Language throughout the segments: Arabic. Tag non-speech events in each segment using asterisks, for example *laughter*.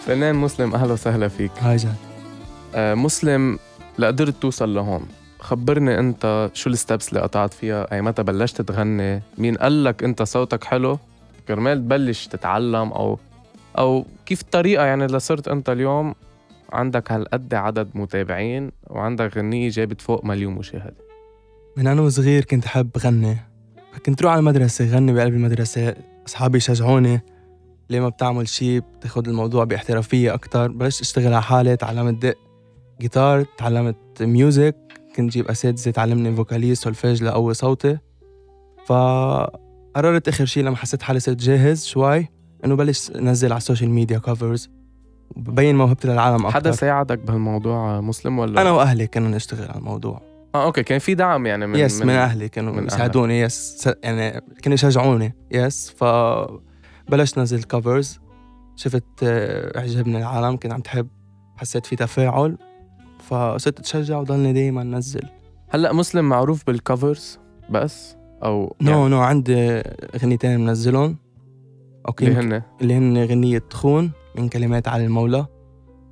فنان مسلم اهلا وسهلا فيك هاي جان آه، مسلم لقدرت توصل لهون خبرني انت شو الستبس اللي قطعت فيها اي متى بلشت تغني مين قال لك انت صوتك حلو كرمال تبلش تتعلم او او كيف الطريقه يعني لصرت انت اليوم عندك هالقد عدد متابعين وعندك غنية جابت فوق مليون مشاهد من انا وصغير كنت حب غني فكنت روح على المدرسة غني بقلب المدرسة اصحابي يشجعوني ليه ما بتعمل شي بتاخد الموضوع باحترافية اكتر بلشت اشتغل على حالي تعلمت دق جيتار تعلمت ميوزك كنت جيب اساتذة تعلمني فوكاليز سولفيج لقوي صوتي فقررت اخر شي لما حسيت حالي صرت جاهز شوي انه بلش نزل على السوشيال ميديا كفرز ببين موهبتي للعالم اكتر حدا ساعدك بهالموضوع مسلم ولا انا واهلي كنا نشتغل على الموضوع اه اوكي كان في دعم يعني من يس من, اهلي من كانوا أهلك. يساعدوني يس س- يعني كانوا يشجعوني يس ف بلشت نزل كفرز شفت آه، عجبني العالم كنت عم تحب حسيت في تفاعل فصرت اتشجع وضلني دايما انزل هلا مسلم معروف بالكفرز بس يعني او نو نو عندي اغنيتين منزلهم اوكي اللي هن اللي هن غنية تخون من كلمات على المولى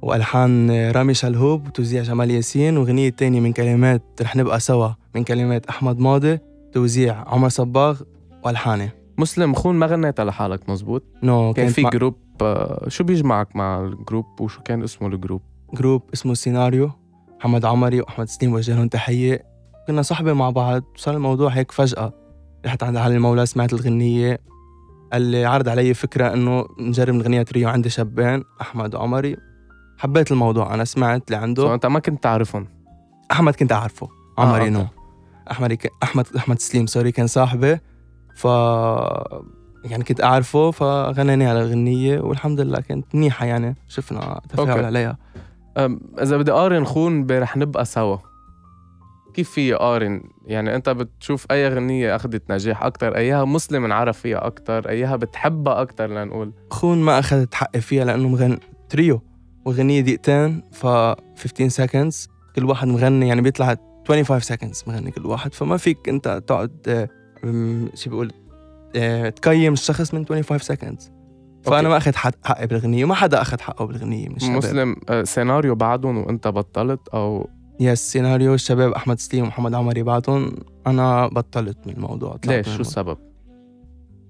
وألحان رامي شلهوب وتوزيع جمال ياسين وغنية تانية من كلمات رح نبقى سوا من كلمات أحمد ماضي توزيع عمر صباغ وألحاني مسلم خون ما غنيتها لحالك مزبوط نو كان كانت في مع جروب آه، شو بيجمعك مع الجروب وشو كان اسمه الجروب جروب اسمه سيناريو محمد عمري وأحمد سليم وجه لهم تحية كنا صحبة مع بعض صار الموضوع هيك فجأة رحت عند علي المولى سمعت الغنية قال لي عرض علي فكرة إنه نجرب الغنية ريو عندي شابين أحمد وعمري حبيت الموضوع أنا سمعت لعنده سو انت ما كنت تعرفهم احمد كنت اعرفه آه، عمري أوكي. نو احمد احمد احمد سليم سوري كان صاحبي ف يعني كنت اعرفه فغنينا على الغنيه والحمد لله كانت منيحه يعني شفنا أوكي. تفاعل عليها أم، اذا بدي قارن خون ب رح نبقى سوا كيف في قارن يعني انت بتشوف اي غنية اخذت نجاح اكتر ايها مسلم انعرف فيها اكتر ايها بتحبها اكتر لنقول خون ما اخذت حقي فيها لانه مغن تريو والغنيه دقيقتين ف 15 سكندز كل واحد مغني يعني بيطلع 25 سكندز مغني كل واحد فما فيك انت تقعد آه، أم، شو بيقول آه، تقيم الشخص من 25 سكندز أوكي. فانا ما اخذت حق- حقي بالاغنيه وما حدا اخذ حقه بالاغنيه من الشباب مسلم آه، سيناريو بعدهم وانت بطلت او يس سيناريو الشباب احمد سليم ومحمد عمري بعدهم انا بطلت من الموضوع طلعت ليش من شو الموضوع. السبب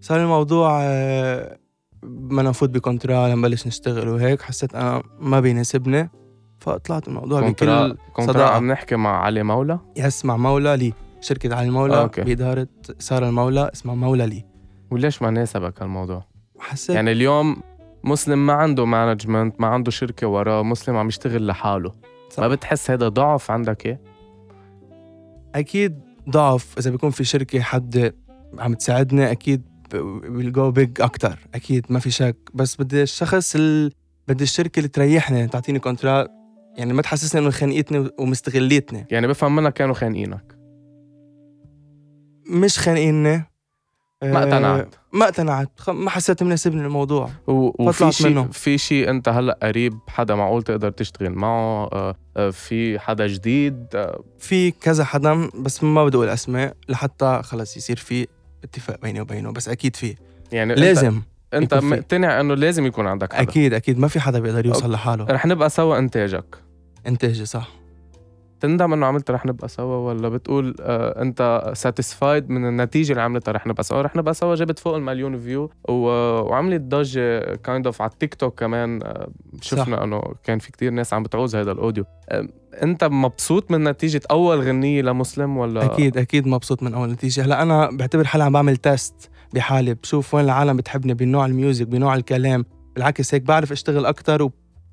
صار الموضوع آه، ما انا فوت بكونترا لما بلش نشتغل وهيك حسيت انا ما بيناسبني فطلعت من الموضوع كونترا بكل كونترا صداقة. عم نحكي مع علي مولى يس مع مولى لي شركة علي المولى آه، أوكي. بإدارة سارة المولى اسمها مولى لي وليش ما ناسبك هالموضوع حسيت يعني يعني اليوم مسلم ما عنده مانجمنت ما عنده شركة وراه مسلم عم يشتغل لحاله صح. ما بتحس هذا ضعف عندك ايه أكيد ضعف إذا بيكون في شركة حد عم تساعدني أكيد ويل جو بيج أكتر أكيد ما في شك بس بدي الشخص ال... بدي الشركة اللي تريحني تعطيني كونترا يعني ما تحسسني إنه خانقتني ومستغليتني يعني بفهم منك كانوا خانقينك مش خانقيني ما آه، اقتنعت ما اقتنعت خ- ما حسيت مناسبني الموضوع و- وفي فطلعت شيء منه. في شيء انت هلا قريب حدا معقول تقدر تشتغل معه آه، آه، في حدا جديد آه، في كذا حدا بس ما بدي اقول اسماء لحتى خلص يصير في اتفاق بيني وبينه بس اكيد في يعني لازم انت, انت يكون في. مقتنع انه لازم يكون عندك حدا اكيد اكيد ما في حدا بيقدر أوكي. أه. يوصل لحاله رح نبقى سوا انتاجك انتاجي صح تندم انه عملت رح نبقى سوا ولا بتقول آه انت ساتيسفايد من النتيجه اللي عملتها رح نبقى سوا رح نبقى سوا جابت فوق المليون فيو و... وعملت ضجه كايند اوف على التيك توك كمان آه شفنا انه كان في كتير ناس عم بتعوز هذا الاوديو آه انت مبسوط من نتيجه اول غنيه لمسلم ولا اكيد اكيد مبسوط من اول نتيجه هلا انا بعتبر حالي عم بعمل تيست بحالي بشوف وين العالم بتحبني بنوع الميوزك بنوع الكلام بالعكس هيك بعرف اشتغل اكثر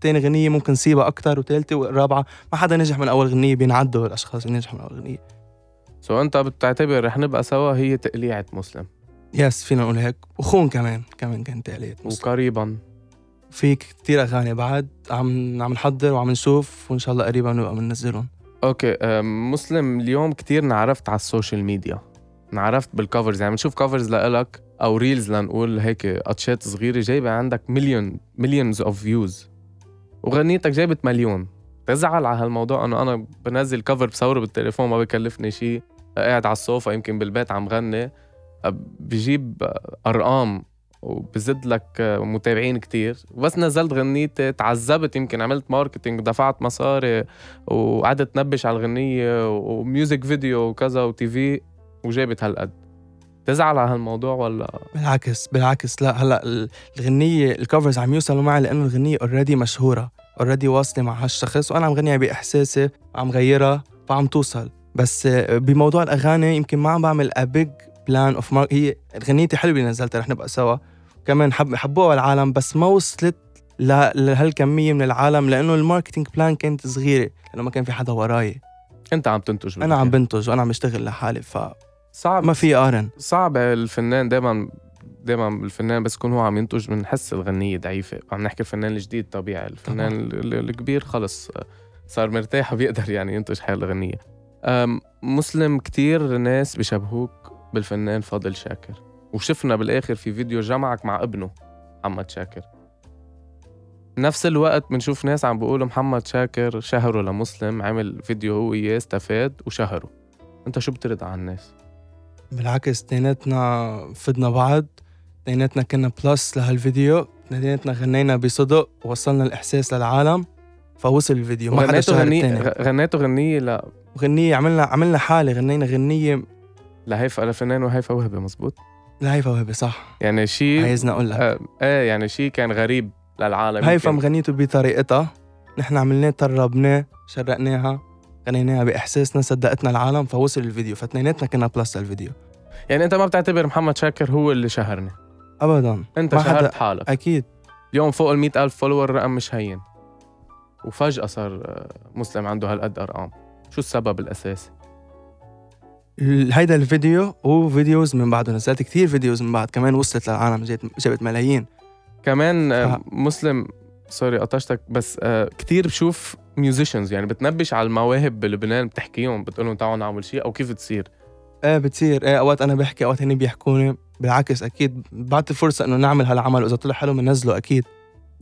وتاني غنية ممكن سيبها أكتر وتالتة ورابعة ما حدا نجح من أول غنية بينعدوا الأشخاص اللي نجحوا من أول غنية سو انت بتعتبر رح نبقى سوا هي تقليعه مسلم يس فينا نقول هيك وخون كمان كمان كانت عليه وقريبا في كتير أغاني بعد عم عم نحضر وعم نشوف وإن شاء الله قريبا نبقى بننزلهم اوكي آه، مسلم اليوم كتير انعرفت على السوشيال ميديا انعرفت بالكفرز يعني بنشوف كفرز لإلك او ريلز لنقول هيك قطشات صغيره جايبه عندك مليون مليونز اوف فيوز وغنيتك جايبت مليون تزعل على هالموضوع انه انا بنزل كفر بصوره بالتليفون ما بكلفني شيء قاعد على السوفا يمكن بالبيت عم غني أه، بجيب أه، ارقام وبزد لك متابعين كتير وبس نزلت غنيتي تعذبت يمكن عملت ماركتينج ودفعت مصاري وقعدت تنبش على الغنية وميوزك فيديو وكذا وتي في وجابت هالقد تزعل على هالموضوع ولا بالعكس بالعكس لا هلا ال- الغنيه الكفرز عم يوصلوا معي لانه الغنيه اوريدي مشهوره اوريدي واصله مع هالشخص وانا عم غنيها باحساسي عم غيرها فعم توصل بس آه، بموضوع الاغاني يمكن ما عم بعمل ابيج بلان اوف مارك هي غنيتي حلوه اللي نزلتها رح نبقى سوا كمان حب حبوها العالم بس ما وصلت ل- لهالكميه من العالم لانه الماركتينج بلان كانت صغيره لانه ما كان في حدا وراي انت عم تنتج انا عم بالأخير. بنتج وانا عم بشتغل لحالي فما صعب في قارن صعب الفنان دائما دائما الفنان بس يكون هو عم ينتج بنحس الغنيه ضعيفه عم نحكي الفنان الجديد طبيعي الفنان ال- ال- الكبير خلص آه، صار مرتاح وبيقدر يعني ينتج حال الغنيه آم، مسلم كتير ناس بشبهوك بالفنان فاضل شاكر وشفنا بالاخر في فيديو جمعك مع ابنه محمد شاكر نفس الوقت بنشوف ناس عم بيقولوا محمد شاكر شهره لمسلم عمل فيديو هو وياه استفاد وشهره انت شو بترد على الناس بالعكس تنيناتنا فدنا بعض تنيناتنا كنا بلس لهالفيديو تنيناتنا غنينا بصدق ووصلنا الإحساس للعالم فوصل الفيديو ما حدا غنيته شهر غنية التاني غ- غنيته غنية ل- غنية عملنا عملنا حالة غنينا غنية لهيفا لفنان وهيفا وهبي مزبوط لهيفا وهبي صح يعني شيء عايزنا أقول لك آه طيب، آه، يعني شيء كان غريب للعالم هيفا يمكن. مغنيته بطريقتها نحن عملناه طربناه شرقناها غنيناها بإحساسنا صدقتنا العالم فوصل الفيديو فتنيناتنا كنا بلس للفيديو يعني انت ما بتعتبر محمد شاكر هو اللي شهرني أبدا انت ما حدا- شهرت حالك أكيد اليوم فوق ال ألف فولور رقم مش هين وفجأة صار آه، مسلم عنده هالقد أرقام شو السبب الأساسي؟ ال- هيدا الفيديو وفيديوز من بعده نزلت كثير فيديوز من بعد كمان وصلت للعالم جابت جابت ملايين كمان آه، ف- مسلم سوري قطشتك بس آه، كتير بشوف ميوزيشنز يعني بتنبش على المواهب بلبنان بتحكيهم بتقول لهم تعالوا نعمل شيء او كيف تصير ايه بتصير ايه اوقات انا بحكي اوقات هني بيحكوني بالعكس اكيد بعطي فرصه انه نعمل هالعمل واذا طلع حلو بنزله اكيد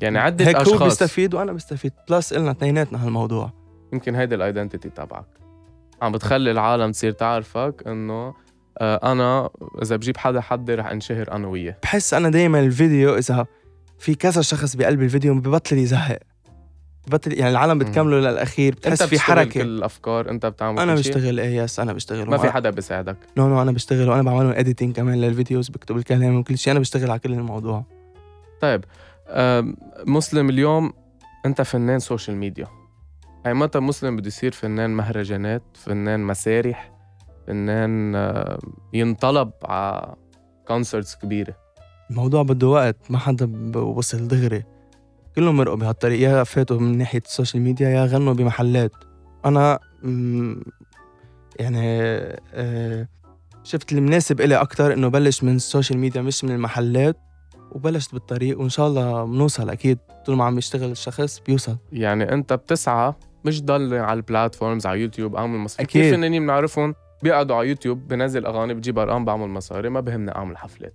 يعني عدة هيك أشخاص هو بيستفيد وانا بستفيد بلس النا اثنيناتنا هالموضوع يمكن هيدي الايدنتيتي تبعك عم بتخلي العالم تصير تعرفك انه آه، انا اذا بجيب حدا حدي رح انشهر انا وياه بحس انا دائما الفيديو اذا في كذا شخص بقلب الفيديو ببطل يزهق ببطل يعني العالم مم. بتكمله للاخير بتحس في بتشتغل حركه كل الافكار انت بتعمل انا كل شيء. بشتغل ايه يس انا بشتغل ما في وأنا- حدا بيساعدك نو نو انا بشتغل وانا بعمل اديتنج كمان للفيديوز بكتب الكلام وكل شيء انا بشتغل على كل الموضوع طيب آم، مسلم اليوم انت فنان سوشيال ميديا هاي متى مسلم بده يصير فنان مهرجانات فنان مسارح فنان آه، ينطلب على كونسرتس كبيره الموضوع بده وقت ما حدا ب- وصل دغري كلهم مرقوا بهالطريق يا فاتوا من ناحيه السوشيال ميديا يا غنوا بمحلات انا مم، يعني آه، شفت المناسب إلي أكتر إنه بلش من السوشيال ميديا مش من المحلات وبلشت بالطريق وإن شاء الله بنوصل أكيد طول ما عم يشتغل الشخص بيوصل يعني انت بتسعى مش ضل على البلاتفورمز على يوتيوب اعمل مصاري أكيد. كثير فنانين بنعرفهم بيقعدوا على يوتيوب بنزل اغاني بجيب ارقام بعمل مصاري ما بهمني اعمل حفلات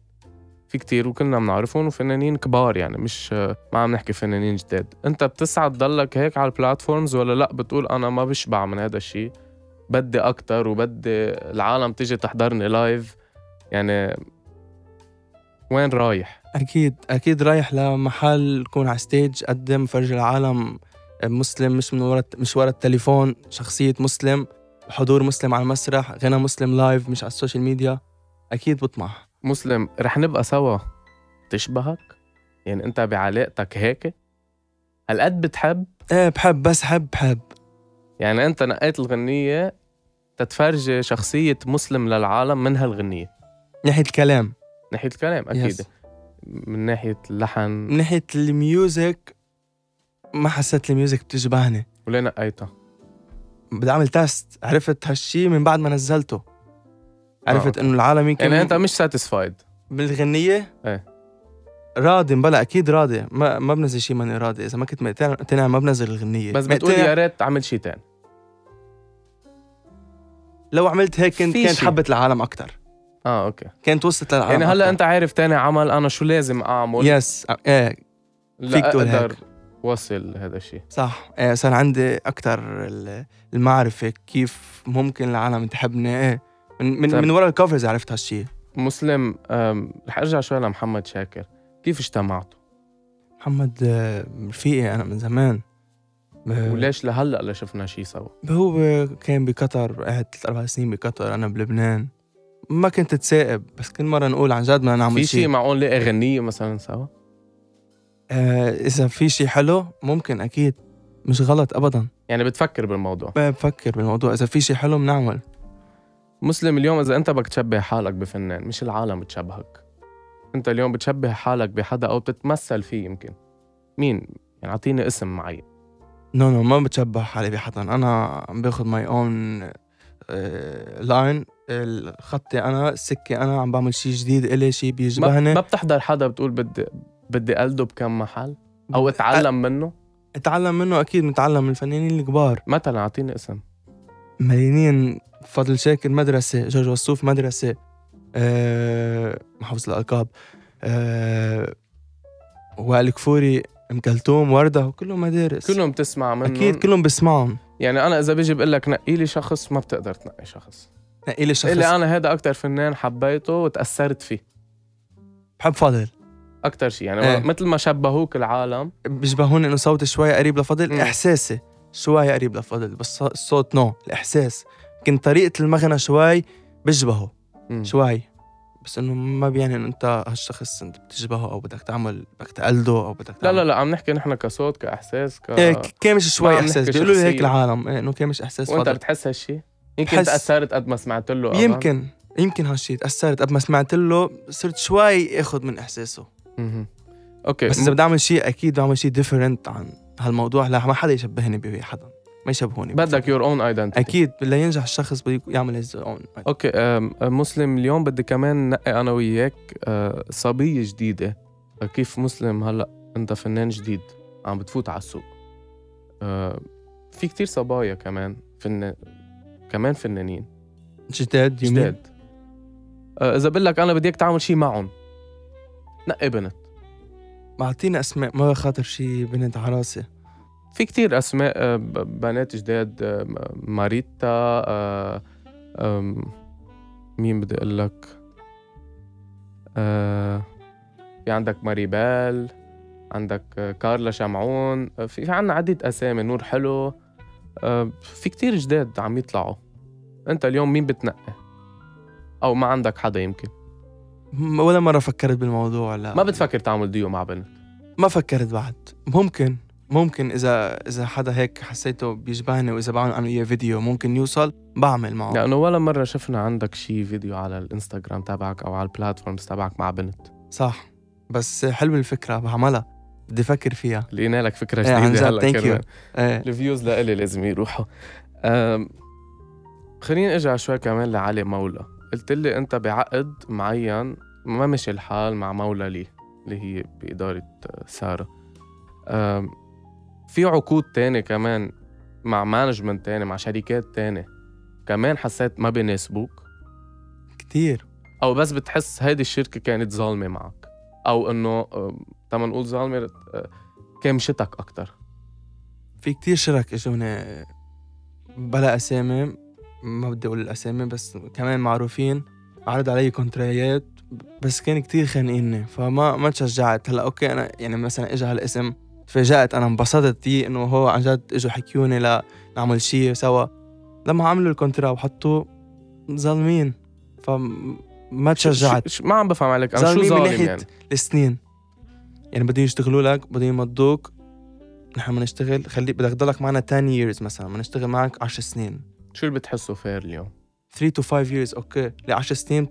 في كتير وكلنا بنعرفهم وفنانين كبار يعني مش ما عم نحكي فنانين جداد انت بتسعى تضلك هيك على البلاتفورمز ولا لا بتقول انا ما بشبع من هذا الشيء بدي اكتر وبدي العالم تيجي تحضرني لايف يعني وين رايح أكيد أكيد رايح لمحل كون على ستيج قدم فرج العالم مسلم مش من ورا مش ورا التليفون شخصية مسلم حضور مسلم على المسرح غنى مسلم لايف مش على السوشيال ميديا أكيد بطمح مسلم رح نبقى سوا تشبهك يعني انت بعلاقتك هيك هالقد بتحب إيه بحب بس حب بحب يعني انت نقيت الغنية تتفرجي شخصية مسلم للعالم من هالغنية ناحية الكلام ناحية الكلام أكيد Yes. yes. من ناحية اللحن من ناحية الميوزك ما حسيت الميوزك بتشبهني وليه نقيتها بدي أعمل تيست عرفت هالشي من بعد ما نزلته عرفت أوكي. إنه العالم يمكن يعني انت مش ساتيسفايد بالغنية؟ إيه. راضي بلا اكيد راضي ما ما بنزل شيء ماني راضي اذا ما كنت مقتنع ما بنزل الغنيه بس بتقول مقتنع- يا ريت عمل شي تاني لو عملت هيك كنت في كانت شي. حبت العالم اكثر اه اوكي كانت وصلت للعالم يعني هلا أكتر. انت عارف تاني عمل انا شو لازم اعمل يس ايه فيك تقول هيك. لأقدر وصل هذا الشيء صح ايه صار عندي اكثر المعرفه كيف ممكن العالم تحبني ايه من من, طيب. من ورا الكفرز عرفت هالشيء مسلم أم، رح ارجع شوي لمحمد شاكر كيف اجتمعتوا محمد آه، رفيقي انا من زمان آه، وليش لهلا لا شفنا شيء سوا هو كان بقطر قعد ثلاث اربع سنين بقطر انا بلبنان ما كنت تسائب بس كل مره نقول عن جد بدنا في نعمل شيء شيء معقول نلاقي غنية مثلا سوا آه اذا في شيء حلو ممكن اكيد مش غلط ابدا يعني بتفكر بالموضوع ما بفكر بالموضوع اذا في شيء حلو بنعمل مسلم اليوم اذا انت بدك تشبه حالك بفنان مش العالم بتشبهك انت اليوم بتشبه حالك بحدا او بتتمثل فيه يمكن مين يعني اعطيني اسم معين نو نو ما بتشبه حالي بحدا انا عم باخذ آه، ماي اون لاين خطي انا السكه انا عم بعمل شيء جديد الي شيء ما, بيجبهني ما بتحضر حدا بتقول بدي بدي قلده بكم محل او اتعلم منه اتعلم منه اكيد متعلم من الفنانين الكبار مثلا اعطيني اسم مليانين فضل شاكر مدرسة جورج وصوف مدرسة أه محافظ الألقاب أه وائل كفوري أم كلثوم وردة وكلهم مدارس كلهم بتسمع منه أكيد كلهم بسمعهم يعني انا اذا بيجي بقول لك نقي لي شخص ما بتقدر تنقي شخص نقي لي شخص اللي انا هذا اكثر فنان حبيته وتاثرت فيه بحب فضل اكثر شيء يعني إيه. مثل ما شبهوك العالم بيشبهوني إنه صوتي شوي قريب لفضل مم. إحساسي شوي قريب لفضل بس الص- الصوت نو الإحساس يمكن طريقة المغنى شوي بشبهه مم. شوي بس انه ما بيعني انه انت هالشخص انت بتشبهه او بدك تعمل بدك تقلده او بدك تعمل لا لا لا عم نحكي نحن كصوت كاحساس ك... ايه ك- كامش ما شوي عم نحكي احساس بيقولوا لي هيك شخصية. العالم إيه، انه كامش احساس وانت فضل. بتحس هالشيء يمكن بحس- تاثرت قد ما سمعت له أبا. يمكن يمكن هالشيء تاثرت قبل ما سمعت له صرت شوي اخذ من احساسه مهم. اوكي بس بس اذا بدي اعمل شيء اكيد بدي اعمل شيء ديفرنت عن هالموضوع لا ما حدا يشبهني بحدا ما يشبهوني بدك يور اون ايدنتيتي اكيد لينجح الشخص بده يك- يعمل هيز اون اوكي أم، أم، مسلم اليوم بدي كمان نقي انا وياك أه، صبيه جديده أه، كيف مسلم هلا انت فنان جديد عم بتفوت على السوق أه، في كتير صبايا كمان فن كمان فنانين جداد يمين جداد أه، اذا بقول لك انا بدي اياك تعمل شيء معهم نقي بنت اعطينا اسماء ما خاطر شيء بنت على راسي في كتير اسماء أه، ب- بنات جداد أه، م- ماريتا أه، أم، مين بدي اقول لك أه، في عندك ماريبال عندك أه، كارلا شمعون أه، في في عنا عدة أسامي نور حلو أه، في كتير جداد عم يطلعوا أنت اليوم مين بتنقي أو ما عندك حدا يمكن م- ولا مره فكرت بالموضوع لا ما بتفكر تعمل ديو مع بنت ما فكرت بعد ممكن ممكن اذا اذا حدا هيك حسيته بيشبهني واذا بعمل انا وياه فيديو ممكن يوصل بعمل معه لأنه ولا مرة شفنا عندك شي فيديو على الإنستغرام تبعك أو على البلاتفورمز تبعك مع بنت صح بس حلوه الفكره بعملها بدي افكر فيها لقينا لك فكره إيه، عن جديده جد، هلا thank you. كرمال ايه الفيوز لإلي لازم يروحوا أم، خليني ارجع شوي كمان لعلي مولى قلت لي انت بعقد معين ما مشي الحال مع مولى لي اللي هي باداره آه، ساره أم، في عقود تاني كمان مع مانجمنت تاني مع شركات تاني كمان حسيت ما بيناسبوك كثير او بس بتحس هيدي الشركه كانت ظالمه معك آه، او انه أم، تما نقول ظالمه أه، كمشتك اكتر في كثير شرك اجوني بلا اسامي ما بدي اقول الاسامي بس كمان معروفين عرض علي كونترايات بس كان كتير خانقيني فما ما تشجعت هلا اوكي انا يعني مثلا اجى هالاسم تفاجأت انا انبسطت فيه انه هو عن جد اجوا حكيوني لا نعمل شيء سوا لما عملوا الكونترا وحطوه ظالمين فما تشجعت ش- ش- ما عم بفهم عليك انا شو ظالمين من ظالم ناحية يعني السنين يعني بدهم يشتغلوا لك بدهم يمضوك نحن بنشتغل خلي بدك تضلك معنا 10 years مثلا بنشتغل معك 10 سنين شو اللي بتحسه فير اليوم؟ 3 تو 5 years اوكي ل 10 سنين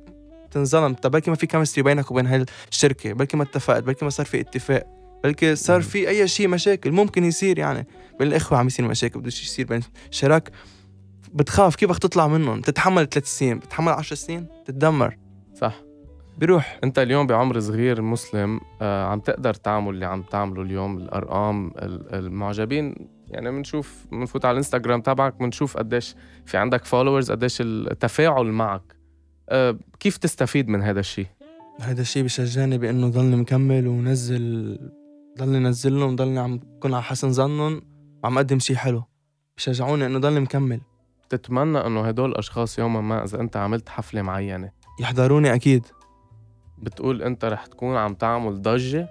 تنظلم طب بلكي ما في كيمستري بينك وبين هالشركه بلكي ما اتفقت بلكي ما صار في اتفاق بلكي صار مم. في اي شيء مشاكل ممكن يصير يعني بين الاخوه عم يصير مشاكل بده شيء يصير بين شراك بتخاف كيف بدك تطلع منهم بتتحمل ثلاث سنين بتتحمل 10 سنين بتتدمر صح بيروح انت اليوم بعمر صغير مسلم آه، عم تقدر تعمل اللي عم تعمله اليوم الارقام ال- المعجبين يعني بنشوف بنفوت على الانستغرام تبعك بنشوف قديش في عندك فولورز قديش التفاعل معك آه، كيف تستفيد من هذا الشيء هذا الشيء بشجعني بانه ضلني مكمل ونزل ضلني نزل لهم ضلني عم كون على حسن ظنهم وعم قدم شيء حلو بشجعوني انه ضلني مكمل بتتمنى انه هدول الاشخاص يوما ما اذا انت عملت حفله معينه يحضروني اكيد بتقول انت رح تكون عم تعمل ضجه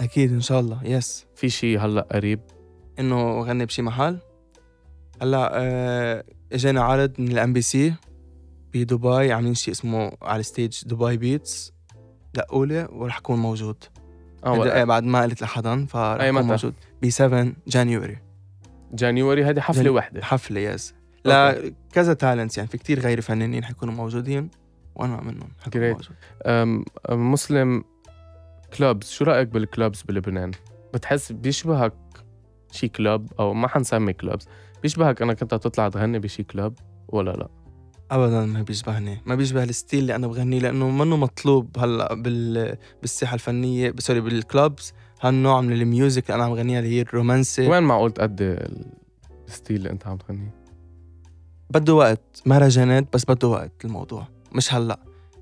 اكيد ان شاء الله يس في شيء هلا قريب انه غني بشي محل هلا آه، اجانا عرض من الام بي سي بدبي عاملين شيء اسمه على الستيج دبي بيتس دقولي ورح اكون موجود إيه، اه بعد ما قلت لحدا فرح أي اكون متى؟ موجود ب 7 جانيوري جانيوري هذه حفله جاني- وحده حفله يس أوكي. لكذا تالنتس يعني في كتير غير فنانين حيكونوا موجودين وانا منهم حكون Great. موجود أم أم مسلم كلوبز شو رأيك بالكلوبز بلبنان؟ بتحس بيشبهك شي كلوب أو ما حنسمي كلوبز بيشبهك أنك أنت تطلع تغني بشي كلوب ولا لا؟ ابدا ما بيشبهني ما بيشبه الستيل اللي انا بغنيه لانه منه مطلوب هلا بال... بالساحه الفنيه ب- سوري بالكلابز هالنوع من الميوزك اللي انا عم غنيها اللي هي الرومانسي وين معقول تأدي ال- الستيل اللي أنت عم تغنيه؟ بده وقت مهرجانات بس بده وقت الموضوع مش هلا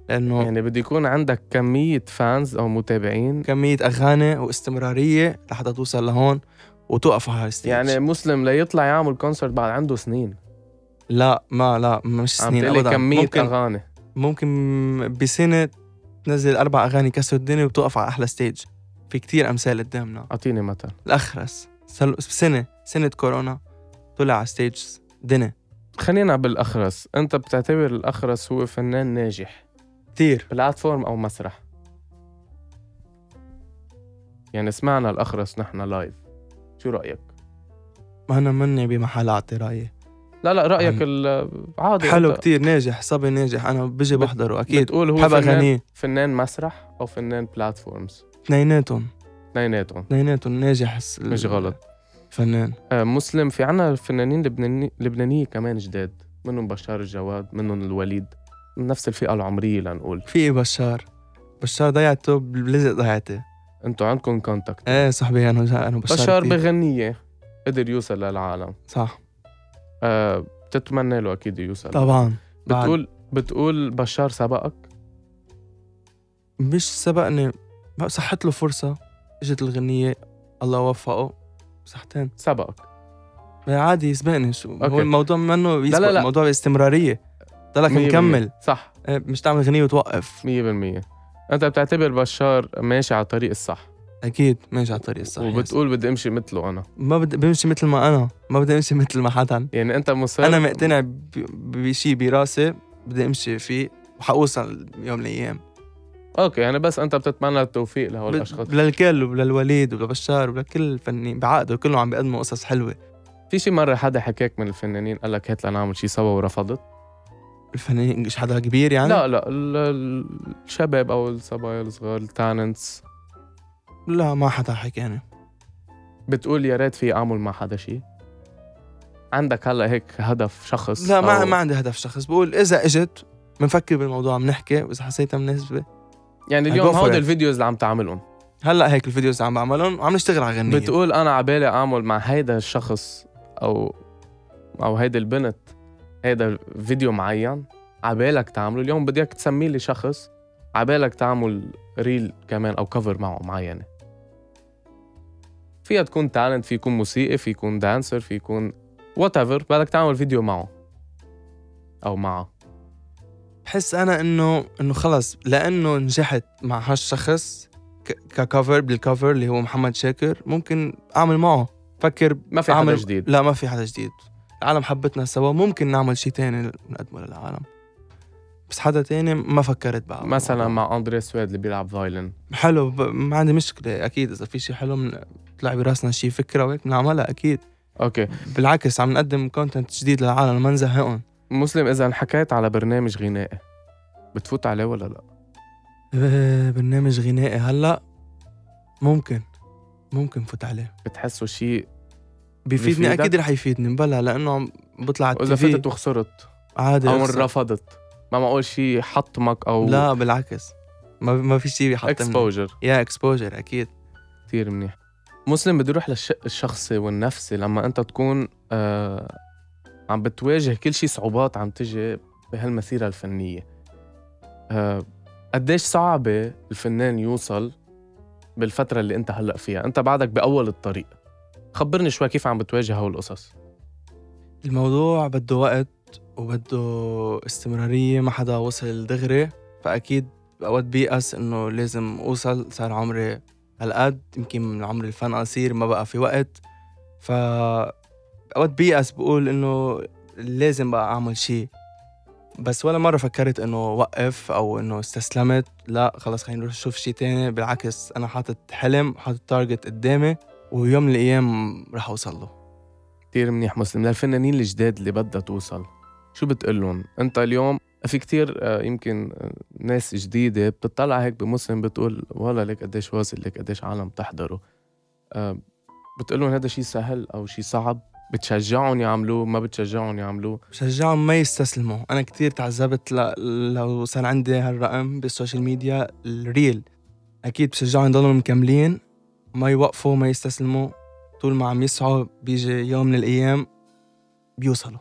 لانه يعني يعني بده يكون عندك كمية فانز أو متابعين كميه اغاني واستمراريه لحتى توصل لهون وتوقف على هالستيج يعني مسلم ليطلع يعمل كونسرت بعد عنده سنين لا ما لا مش عم سنين تقلي ابدا كمية ممكن أغاني ممكن بسنه تنزل اربع اغاني كسروا الدنيا وبتوقف على احلى ستيج في كتير امثال قدامنا أعطيني مثل الاخرس سل- سنه سنه كورونا طلع على ستيج دنا خلينا بالأخرس أنت بتعتبر الأخرس هو فنان ناجح كثير بلاتفورم او مسرح يعني سمعنا الاخرس نحن لايف شو رايك ما انا مني بمحل اعطي رايي لا لا رايك عم- العادي حلو أنت كتير ناجح صبي ناجح انا بجي بت- بحضره اكيد بتقول هو بحب فنان, اغانيه فنان مسرح او فنان بلاتفورمز اثنيناتهم اثنيناتهم اثنيناتهم ناجح الس- مش غلط الفنان آه مسلم في عنا فنانين لبناني لبنانيه كمان جداد منهم بشار الجواد منهم الوليد من نفس الفئه العمريه لنقول في إيه بشار بشار ضيعته بلزق ضيعته انتوا عندكم كونتاكت ايه صاحبي انا انا بشار, بشار كتير. بغنيه قدر يوصل للعالم صح آه بتتمنى له اكيد يوصل طبعا بعد. بتقول بتقول بشار سبقك مش سبقني بقى صحت له فرصه اجت الغنيه الله وفقه صحتين سبقك عادي يسبقني شو أوكي. هو الموضوع منه يسبق لا، لا. الموضوع باستمرارية ضلك مية مكمل بالمية. صح إيه، مش تعمل غنية وتوقف 100% انت بتعتبر بشار ماشي على الطريق الصح أكيد ماشي على الطريق الصحيح وبتقول بدي امشي مثله انا ما بدي بمشي مثل ما أنا ما بدي أمشي مثل ما حدا يعني انت مصر أنا مقتنع ب- بشي براسي بدي أمشي فيه وحأوصل يوم من الأيام اوكي يعني بس انت بتتمنى التوفيق لهول الاشخاص ب- للكل وللوليد ولبشار ولكل فني بعقده كلهم عم بيقدموا قصص حلوة في شي مره حدا حكاك من الفنانين قال لك هات لنعمل شي سوا ورفضت الفنانين مش حدا كبير يعني لا لا ال- ال- الشباب او الصبايا الصغار التالنتس لا ما حدا حكاني بتقول يا ريت في اعمل مع حدا شي عندك هلا هيك هدف شخص لا ما أو- ما عندي هدف شخص بقول إذا إجت بنفكر بالموضوع بنحكي وإذا حسيتها مناسبة يعني I اليوم go for هودي it. الفيديوز اللي عم تعملهم هلا هيك الفيديوز عم بعملهم وعم نشتغل على غنية بتقول انا عبالي اعمل مع هيدا الشخص او او هيدا البنت هيدا فيديو معين عبالك تعمله اليوم بدي اياك تسمي لي شخص عبالك تعمل ريل كمان او كفر معه معينه فيها تكون تالنت في يكون موسيقي في يكون دانسر في يكون وات ايفر بدك تعمل فيديو معه او معه بحس انا انه انه خلص لانه نجحت مع هالشخص ك- ككفر بالكفر اللي هو محمد شاكر ممكن اعمل معه فكر ما في حدا أعمل- جديد لا ما في حدا جديد العالم حبتنا سوا ممكن نعمل شيء تاني نقدمه للعالم بس حدا تاني ما فكرت بقى مثلا مع اندري سويد اللي بيلعب فايلن حلو ب- ما عندي مشكله اكيد اذا في شيء حلو من طلع براسنا شيء فكره وهيك بنعملها اكيد اوكي بالعكس عم نقدم كونتنت جديد للعالم ما نزهقهم مسلم اذا انحكيت على برنامج غنائي بتفوت عليه ولا لا آه، برنامج غنائي هلا ممكن ممكن فوت عليه بتحسه شيء بيفيدني بيفيدك؟ اكيد رح يفيدني بلا لانه عم بطلع على واذا التلفي فتت وخسرت عادي او أخسر. انرفضت ما معقول شيء حطمك او لا بالعكس ما ما في شيء بيحطمني اكسبوجر يا اكسبوجر اكيد كثير منيح مسلم بده يروح للشق الشخصي والنفسي لما انت تكون آه عم بتواجه كل شيء صعوبات عم تجي بهالمسيره الفنيه آه قديش صعبه الفنان يوصل بالفتره اللي انت هلا فيها انت بعدك باول الطريق خبرني شوي كيف عم بتواجه هول القصص الموضوع بده وقت وبده استمراريه ما حدا وصل دغري فاكيد اوقات بيأس انه لازم اوصل صار عمري هالقد يمكن من عمر الفن قصير ما بقى في وقت ف اوقات بيأس بقول انه لازم بقى اعمل شيء بس ولا مرة فكرت انه وقف او انه استسلمت لا خلص خلينا نروح نشوف شيء تاني بالعكس انا حاطط حلم حاطط تارجت قدامي ويوم من الايام رح اوصل له كتير منيح مسلم للفنانين الجداد اللي بدها توصل شو بتقلن انت اليوم في كتير آه، يمكن آه، ناس جديدة بتطلع هيك بمسلم بتقول والله لك قديش واصل لك قديش عالم بتحضره آه، بتقلن هذا شيء سهل أو شيء صعب بتشجعهم يعملوه ما بتشجعهم يعملوه بشجعهم ما يستسلموا انا كتير تعذبت ل... لو صار عندي هالرقم بالسوشيال ميديا الريل اكيد بشجعهم يضلوا مكملين ما يوقفوا ما يستسلموا طول ما عم يسعوا بيجي يوم من الايام بيوصلوا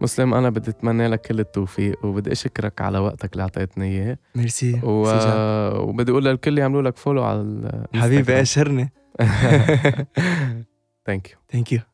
مسلم أنا بدي أتمنى لك كل التوفيق وبدي أشكرك على وقتك اللي أعطيتني إياه ميرسي و... سجاد. وبدي أقول للكل يعملوا لك فولو على ال- حبيبي اشهرني *laughs* Thank you. ثانك يو